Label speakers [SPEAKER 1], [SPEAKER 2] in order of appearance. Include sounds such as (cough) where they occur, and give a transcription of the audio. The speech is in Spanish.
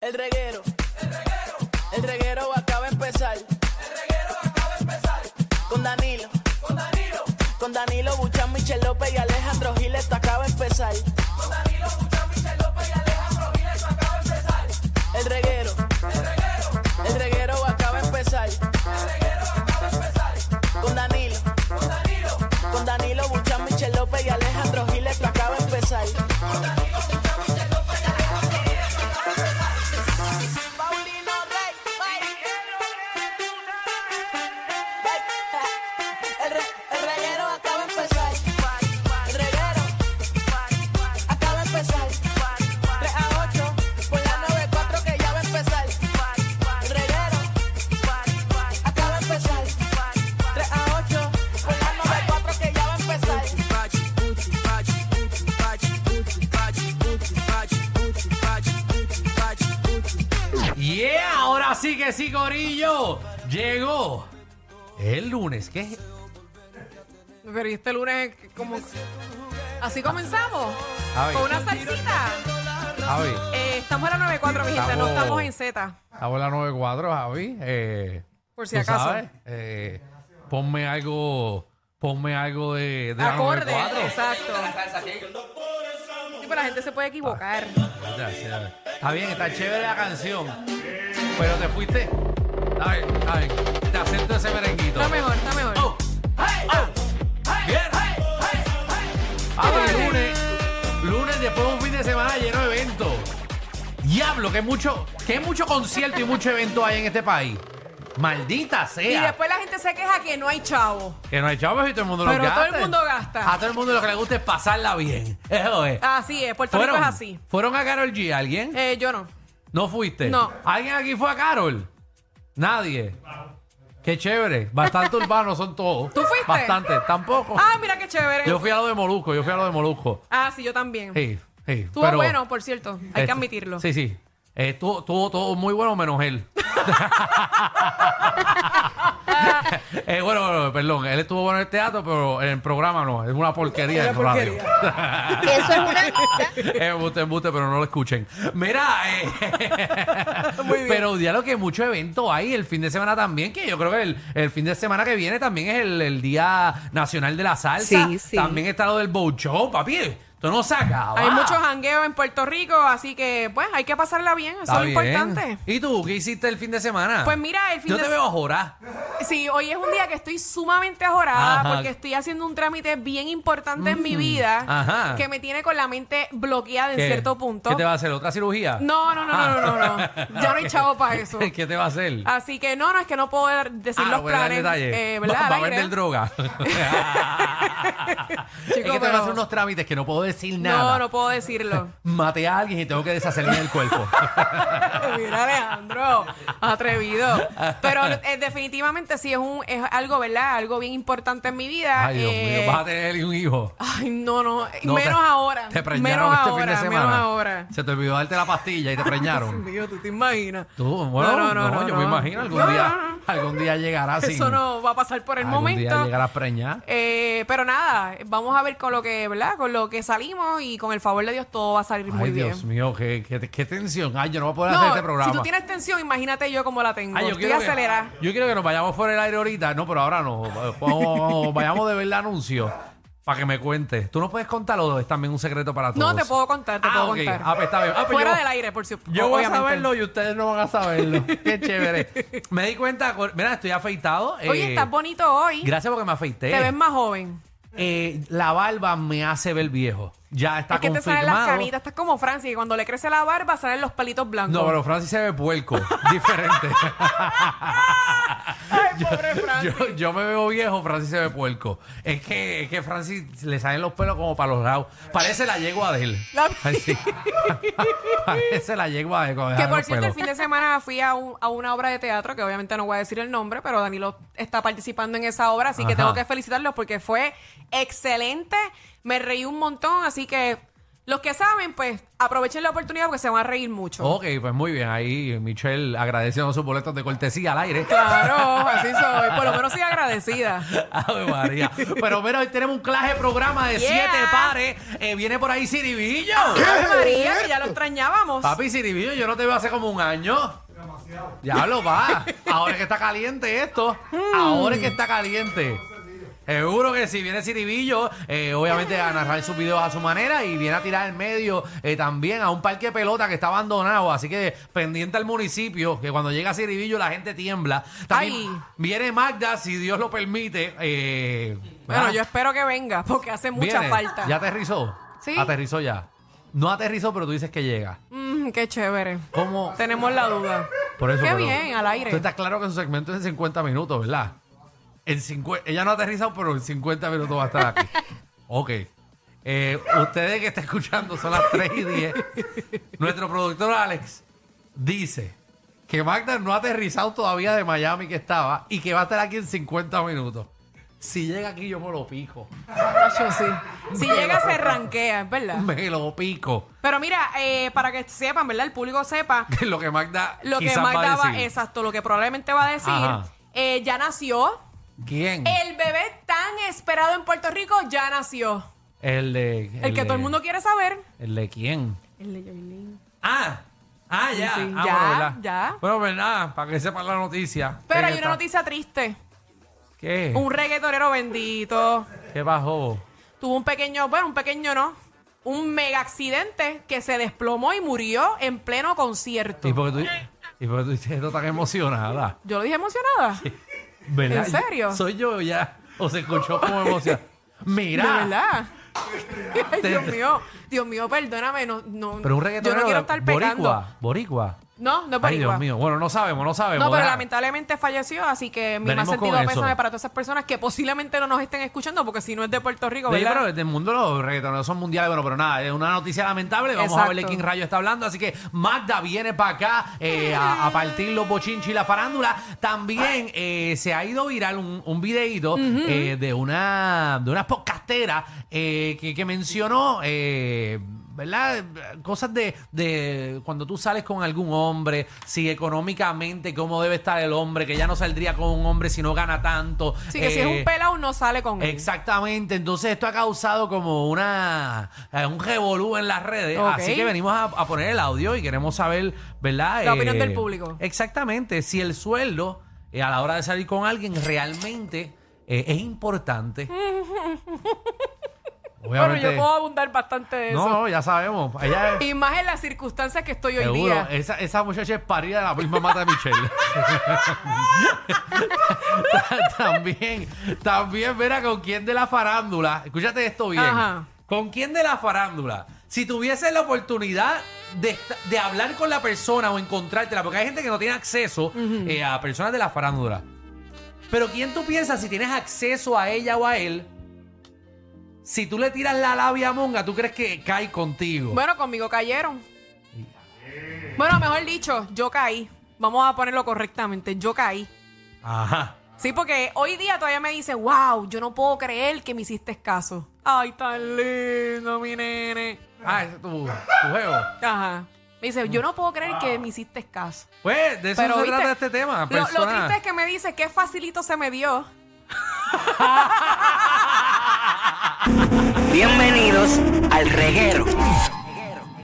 [SPEAKER 1] El reguero. El reguero acaba de empezar. Con Danilo. Con Danilo Buchan, Michel López y Alejandro Giles, esto acaba de empezar. El reguero. El reguero acaba de empezar. Con Danilo. Con Danilo Buchan, Michel López y Alejandro Giles, esto acaba de empezar. Paulino Rey, El, re- el reguero acaba de empezar. El reguero acaba de empezar. 3 a 8 por la 94 que ya va a empezar. El reguero acaba de empezar. 3 a 8 por la 94 que ya va a empezar.
[SPEAKER 2] Yeah, ahora sí que sí, Corillo. Llegó el lunes. ¿Qué es?
[SPEAKER 3] Pero y este lunes, como. Así comenzamos.
[SPEAKER 2] Javi,
[SPEAKER 3] Con una salsita.
[SPEAKER 2] Javi.
[SPEAKER 3] Eh, estamos en la 94, mi gente. No
[SPEAKER 2] Estamos-
[SPEAKER 3] estamos en Z.
[SPEAKER 2] Estamos en la 94, Javi. Eh,
[SPEAKER 3] Por si
[SPEAKER 2] tú
[SPEAKER 3] acaso.
[SPEAKER 2] sabes, eh, ponme algo. Ponme algo de, de la
[SPEAKER 3] Acorde.
[SPEAKER 2] 94.
[SPEAKER 3] Exacto. Sí, pero la gente se puede equivocar.
[SPEAKER 2] Ya, sí, ya. Está bien, está chévere la canción. Pero te fuiste. A ver, a ver. Te acepto ese merenguito.
[SPEAKER 3] Está mejor, está mejor.
[SPEAKER 2] Oh, hey, oh, bien. Ahora el lunes, lunes después de un fin de semana lleno de eventos. Diablo, que mucho, que mucho concierto y mucho evento hay en este país. Maldita
[SPEAKER 3] Y
[SPEAKER 2] sea.
[SPEAKER 3] después la gente se queja que no hay chavo.
[SPEAKER 2] Que no hay chavos y todo el mundo lo
[SPEAKER 3] Pero
[SPEAKER 2] gasta.
[SPEAKER 3] todo el mundo gasta.
[SPEAKER 2] A todo el mundo lo que le gusta es pasarla bien. (laughs) Eso es.
[SPEAKER 3] Así es, Puerto Rico es así.
[SPEAKER 2] ¿Fueron a Carol G alguien?
[SPEAKER 3] Eh, yo no.
[SPEAKER 2] ¿No fuiste?
[SPEAKER 3] No.
[SPEAKER 2] ¿Alguien aquí fue a Carol? Nadie. Qué chévere. Bastante (laughs) urbanos son todos.
[SPEAKER 3] ¿Tú fuiste?
[SPEAKER 2] Bastante. Tampoco.
[SPEAKER 3] Ah, mira qué chévere.
[SPEAKER 2] Oh. Yo fui a lo de Molusco, yo fui a lo de Molusco.
[SPEAKER 3] Ah, sí, yo también.
[SPEAKER 2] Sí, sí.
[SPEAKER 3] Estuvo
[SPEAKER 2] pero-
[SPEAKER 3] bueno, por cierto. Hay que
[SPEAKER 2] Este,
[SPEAKER 3] admitirlo.
[SPEAKER 2] Sí, sí. Eh, Estuvo estuvo todo muy bueno menos él. Eh, bueno, bueno, perdón, él estuvo bueno en el teatro, pero en el programa no, es una porquería en radio.
[SPEAKER 4] Eso es una
[SPEAKER 2] (laughs)
[SPEAKER 4] mierda.
[SPEAKER 2] Eh, embuste, embuste, pero no lo escuchen. Mira, eh, pero diálogo que mucho evento hay el fin de semana también, que yo creo que el, el fin de semana que viene también es el, el Día Nacional de la Salsa.
[SPEAKER 5] Sí, sí.
[SPEAKER 2] También está lo del Bow Show, papi. Esto no se acaba.
[SPEAKER 3] Hay muchos jangueos en Puerto Rico, así que, pues, hay que pasarla bien. Eso
[SPEAKER 2] Está
[SPEAKER 3] es lo
[SPEAKER 2] bien.
[SPEAKER 3] importante.
[SPEAKER 2] ¿Y tú qué hiciste el fin de semana?
[SPEAKER 3] Pues mira, el fin
[SPEAKER 2] Yo
[SPEAKER 3] de
[SPEAKER 2] te
[SPEAKER 3] se-
[SPEAKER 2] veo jorar.
[SPEAKER 3] Sí, hoy es un día que estoy sumamente ajorada
[SPEAKER 2] Ajá.
[SPEAKER 3] porque estoy haciendo un trámite bien importante en mi vida
[SPEAKER 2] ajá.
[SPEAKER 3] que me tiene con la mente bloqueada en
[SPEAKER 2] ¿Qué?
[SPEAKER 3] cierto punto.
[SPEAKER 2] ¿Qué te va a hacer? ¿Otra cirugía?
[SPEAKER 3] No, no, no,
[SPEAKER 2] Ah.
[SPEAKER 3] no, no, no, no. Ya no hay chavo para eso.
[SPEAKER 2] (laughs) ¿Qué te va a hacer?
[SPEAKER 3] Así que no, no, es que no puedo dar- decir
[SPEAKER 2] Ah,
[SPEAKER 3] los
[SPEAKER 2] no voy a dar
[SPEAKER 3] planes.
[SPEAKER 2] detalle.
[SPEAKER 3] eh, ¿Verdad?
[SPEAKER 2] Va, va
[SPEAKER 3] Al
[SPEAKER 2] a
[SPEAKER 3] aire.
[SPEAKER 2] vender
[SPEAKER 3] (laughs)
[SPEAKER 2] droga. es que
[SPEAKER 3] Chico,
[SPEAKER 2] te van a
[SPEAKER 3] pero-
[SPEAKER 2] hacer unos trámites que no puedo decir nada.
[SPEAKER 3] No, no puedo decirlo. (laughs)
[SPEAKER 2] Maté a alguien y tengo que deshacerme del cuerpo.
[SPEAKER 3] Mira, Alejandro, atrevido. Pero eh, definitivamente sí es un es algo, ¿verdad? Algo bien importante en mi vida.
[SPEAKER 2] Ay, Dios
[SPEAKER 3] Eh,
[SPEAKER 2] mío, vas a tener un hijo.
[SPEAKER 3] Ay, no, no.
[SPEAKER 2] No, te-
[SPEAKER 3] menos ahora.
[SPEAKER 2] Te preñaron
[SPEAKER 3] menos
[SPEAKER 2] este
[SPEAKER 3] ahora,
[SPEAKER 2] fin de semana.
[SPEAKER 3] menos ahora.
[SPEAKER 2] Se te olvidó darte la pastilla y te
[SPEAKER 3] (laughs) Dios
[SPEAKER 2] preñaron.
[SPEAKER 3] mío, tú te imaginas.
[SPEAKER 2] Tú, bueno, no, yo me imagino algún
[SPEAKER 3] No,
[SPEAKER 2] día,
[SPEAKER 3] no, no.
[SPEAKER 2] algún día llegará sin-
[SPEAKER 3] Eso no va a pasar por el
[SPEAKER 2] algún día
[SPEAKER 3] momento.
[SPEAKER 2] llegarás preñada.
[SPEAKER 3] Eh, pero nada, vamos a ver con lo que, ¿verdad? Con lo que salimos y con el favor de Dios todo va a salir muy
[SPEAKER 2] Ay, Dios
[SPEAKER 3] bien.
[SPEAKER 2] mío, qué, qué- qué tensión. Ay, yo no voy a poder hacer
[SPEAKER 3] No,
[SPEAKER 2] este programa.
[SPEAKER 3] si tú tienes tensión, imagínate yo cómo la tengo.
[SPEAKER 2] Ay, yo
[SPEAKER 3] Estoy
[SPEAKER 2] quiero que-
[SPEAKER 3] acelerada.
[SPEAKER 2] yo quiero que nos vayamos fuera del aire ahorita. No, pero ahora no. Vamos- vamos- vayamos de ver el anuncio para que me cuentes. Tú no puedes contarlo, es también un secreto para todos.
[SPEAKER 3] No te puedo contar, te
[SPEAKER 2] Ah,
[SPEAKER 3] puedo
[SPEAKER 2] ok.
[SPEAKER 3] contar.
[SPEAKER 2] Ah, pues está bien. Ah, pues
[SPEAKER 3] Fuera
[SPEAKER 2] yo-
[SPEAKER 3] del aire, por supuesto.
[SPEAKER 2] Yo voy a saberlo y ustedes no van a
[SPEAKER 3] (laughs)
[SPEAKER 2] saberlo. Qué chévere. Me di cuenta, con- mira, estoy afeitado. eh,
[SPEAKER 3] Oye, estás bonito hoy.
[SPEAKER 2] Gracias porque me afeité.
[SPEAKER 3] Te ves más joven.
[SPEAKER 2] Eh, la barba me hace ver viejo. Ya está
[SPEAKER 3] es que te
[SPEAKER 2] confirmado.
[SPEAKER 3] salen las canitas. Estás como Francis, que cuando le crece la barba salen los pelitos blancos.
[SPEAKER 2] No, pero Francis se ve puerco.
[SPEAKER 3] (laughs)
[SPEAKER 2] Diferente.
[SPEAKER 3] Ay, pobre Francis.
[SPEAKER 2] Yo, yo me veo viejo, Francis se ve puerco. Es que, es que Francis le salen los pelos como para los lados. Parece la yegua de
[SPEAKER 3] (laughs)
[SPEAKER 2] él.
[SPEAKER 3] La-
[SPEAKER 2] Ay, sí. Parece la yegua de él. cuando
[SPEAKER 3] Que
[SPEAKER 2] dejan
[SPEAKER 3] por
[SPEAKER 2] los
[SPEAKER 3] cierto, el
[SPEAKER 2] pelos.
[SPEAKER 3] fin de semana fui a, un- a una obra de teatro, que obviamente no voy a decir el nombre, pero Danilo está participando en esa obra, así que
[SPEAKER 2] Ajá.
[SPEAKER 3] tengo que felicitarlos porque fue excelente. Me reí un montón, así que Los que saben, pues aprovechen la oportunidad porque se van a reír mucho.
[SPEAKER 2] Ok, pues muy bien. Ahí Michelle agradeciendo sus boletos de cortesía al aire. (laughs)
[SPEAKER 3] Claro, así soy. Por lo menos soy agradecida.
[SPEAKER 2] Ave María. Pero mira, hoy tenemos un clase programa de
[SPEAKER 3] Yeah.
[SPEAKER 2] siete pares. Eh, viene por ahí Siribillo.
[SPEAKER 3] Ay, María, que ya lo extrañábamos.
[SPEAKER 2] Papi Siribillo, yo no te veo hace como un año. Demasiado. Ya lo
[SPEAKER 3] (laughs)
[SPEAKER 2] va. Ahora es que está caliente esto.
[SPEAKER 3] Hmm.
[SPEAKER 2] Ahora es que está caliente. Seguro que si viene Siribillo, eh, obviamente a narrar sus videos a su manera y viene a tirar en medio eh, también a un parque de pelota que está abandonado. Así que pendiente al municipio, que cuando llega Siribillo la gente tiembla. También
[SPEAKER 3] Ay.
[SPEAKER 2] viene Magda, si Dios lo permite. eh,
[SPEAKER 3] Bueno,
[SPEAKER 2] ¿verdad?
[SPEAKER 3] yo espero que venga porque hace mucha
[SPEAKER 2] Viene.
[SPEAKER 3] falta.
[SPEAKER 2] ¿Ya aterrizó?
[SPEAKER 3] Sí.
[SPEAKER 2] Aterrizó ya. No aterrizó, pero tú dices que llega.
[SPEAKER 3] Mm, qué chévere.
[SPEAKER 2] ¿Cómo?
[SPEAKER 3] Tenemos la duda.
[SPEAKER 2] Por eso,
[SPEAKER 3] qué
[SPEAKER 2] pero-
[SPEAKER 3] bien, al aire.
[SPEAKER 2] Tú estás claro que su segmento es en 50 minutos, ¿verdad? En 50 ella no ha aterrizado, pero en 50 minutos va a estar
[SPEAKER 3] (laughs)
[SPEAKER 2] aquí. ok. Eh, ustedes que están escuchando son las 3 y 10. Nuestro productor Alex dice que Magda no ha aterrizado todavía de Miami que estaba y que va a estar aquí en 50 minutos. Si llega aquí yo me lo pico.
[SPEAKER 3] Tacho, sí. Si llega, se ranquea, es verdad.
[SPEAKER 2] Me lo pico.
[SPEAKER 3] Pero mira, eh, para que sepan, ¿verdad? El público sepa
[SPEAKER 2] Que es lo que Magda
[SPEAKER 3] lo que
[SPEAKER 2] quizás va a
[SPEAKER 3] Magda va,
[SPEAKER 2] decir.
[SPEAKER 3] exacto, lo que probablemente va a decir.
[SPEAKER 2] Ajá.
[SPEAKER 3] eh, ya nació.
[SPEAKER 2] ¿Quién?
[SPEAKER 3] El bebé tan esperado en Puerto Rico ya nació.
[SPEAKER 2] El de...
[SPEAKER 3] El, que
[SPEAKER 2] de-
[SPEAKER 3] todo el mundo quiere saber.
[SPEAKER 2] ¿El de quién?
[SPEAKER 3] El de Yailin.
[SPEAKER 2] Ah, ah, ya.
[SPEAKER 3] sí,
[SPEAKER 2] Ah,
[SPEAKER 3] ya,
[SPEAKER 2] bueno, ¿verdad?
[SPEAKER 3] ya.
[SPEAKER 2] Bueno, pues nada, para que sepan la noticia.
[SPEAKER 3] Pero
[SPEAKER 2] ¿Qué
[SPEAKER 3] hay
[SPEAKER 2] está?
[SPEAKER 3] una noticia triste.
[SPEAKER 2] ¿Qué?
[SPEAKER 3] Un reggaetonero bendito.
[SPEAKER 2] ¿Qué bajó?
[SPEAKER 3] tuvo un pequeño, bueno, un pequeño no, un mega accidente que se desplomó y murió en pleno concierto.
[SPEAKER 2] ¿Y por qué tú, y por qué tú dices esto tan emocionada?
[SPEAKER 3] Yo lo dije emocionada.
[SPEAKER 2] ¿Verdad?
[SPEAKER 3] ¿En serio?
[SPEAKER 2] ¿Soy yo ya? ¿O se escuchó
[SPEAKER 3] (laughs)
[SPEAKER 2] como emoción?
[SPEAKER 3] De
[SPEAKER 2] Mira.
[SPEAKER 3] verdad.
[SPEAKER 2] (laughs)
[SPEAKER 3] Ay, Dios mío, Dios mío, perdóname, no, no,
[SPEAKER 2] Pero un reggaetonero
[SPEAKER 3] yo no quiero estar
[SPEAKER 2] boricua,
[SPEAKER 3] pecando.
[SPEAKER 2] boricua.
[SPEAKER 3] No, no es
[SPEAKER 2] Ay,
[SPEAKER 3] boricua.
[SPEAKER 2] Dios mío. Bueno, no sabemos, no sabemos.
[SPEAKER 3] No, pero
[SPEAKER 2] ¿verdad?
[SPEAKER 3] lamentablemente falleció, así que mi más
[SPEAKER 2] Venimos con
[SPEAKER 3] sentido
[SPEAKER 2] eso.
[SPEAKER 3] pésame para todas esas personas que posiblemente no nos estén escuchando, porque si no es de Puerto Rico,
[SPEAKER 2] Sí,
[SPEAKER 3] ¿verdad?
[SPEAKER 2] pero del mundo los reggaetoneros son mundiales, bueno, pero nada, es una noticia lamentable. Vamos a
[SPEAKER 3] Exacto.
[SPEAKER 2] verle quién rayo está hablando. Así que Magda viene para acá eh, a, a partir los bochinchi y la farándula. También eh, se ha ido viral un, un videíto eh, de una de una podcastera eh, que, que mencionó. eh, ¿Verdad? Cosas de, de cuando tú sales con algún hombre, si económicamente cómo debe estar el hombre, que ya no saldría con un hombre si no gana tanto.
[SPEAKER 3] Así que si es
[SPEAKER 2] eh,
[SPEAKER 3] un pelado, no sale con él.
[SPEAKER 2] Exactamente, entonces esto ha causado como una eh, un revolú en las redes,
[SPEAKER 3] Ok.
[SPEAKER 2] así que venimos a, a poner el audio y queremos saber, ¿verdad? Eh,
[SPEAKER 3] La opinión del público.
[SPEAKER 2] Exactamente, si el sueldo eh, a la hora de salir con alguien realmente eh, es
[SPEAKER 3] (laughs)
[SPEAKER 2] importante.
[SPEAKER 3] Bueno,
[SPEAKER 2] Obviamente.
[SPEAKER 3] yo puedo abundar bastante de
[SPEAKER 2] no,
[SPEAKER 3] eso.
[SPEAKER 2] no, ya sabemos. Ella es-
[SPEAKER 3] Y más en las circunstancias que estoy hoy
[SPEAKER 2] seguro, eh.
[SPEAKER 3] día.
[SPEAKER 2] esa, esa muchacha es parida de la misma mata de
[SPEAKER 3] (laughs)
[SPEAKER 2] Michelle. Ta- también, también, verá con quién de la farándula. Escúchate esto bien.
[SPEAKER 3] Ajá.
[SPEAKER 2] ¿Con quién de la farándula? Si tuvieses la oportunidad de, esta- de hablar con la persona o encontrártela, porque hay gente que no tiene acceso eh, a personas de la farándula. Pero ¿quién tú piensas si tienes acceso a ella o a él? Si tú le tiras la labia a Monga, ¿tú crees que cae contigo?
[SPEAKER 3] Bueno, conmigo cayeron. Bueno, mejor dicho, yo caí. Vamos a ponerlo correctamente, yo caí.
[SPEAKER 2] Ajá.
[SPEAKER 3] Sí, porque hoy día todavía me dice, wow, yo no puedo creer que me hiciste caso. Ay, tan lindo, mi nene.
[SPEAKER 2] Ah, ese es tu, tu juego.
[SPEAKER 3] Ajá. Me dice, yo no puedo creer que me hiciste caso.
[SPEAKER 2] Pues, de eso
[SPEAKER 3] Pero,
[SPEAKER 2] se
[SPEAKER 3] ¿viste?
[SPEAKER 2] trata este tema.
[SPEAKER 3] Lo, lo
[SPEAKER 2] persona.
[SPEAKER 3] triste es que me dice, qué facilito se me dio.
[SPEAKER 2] (laughs)
[SPEAKER 5] Bienvenidos al reguero.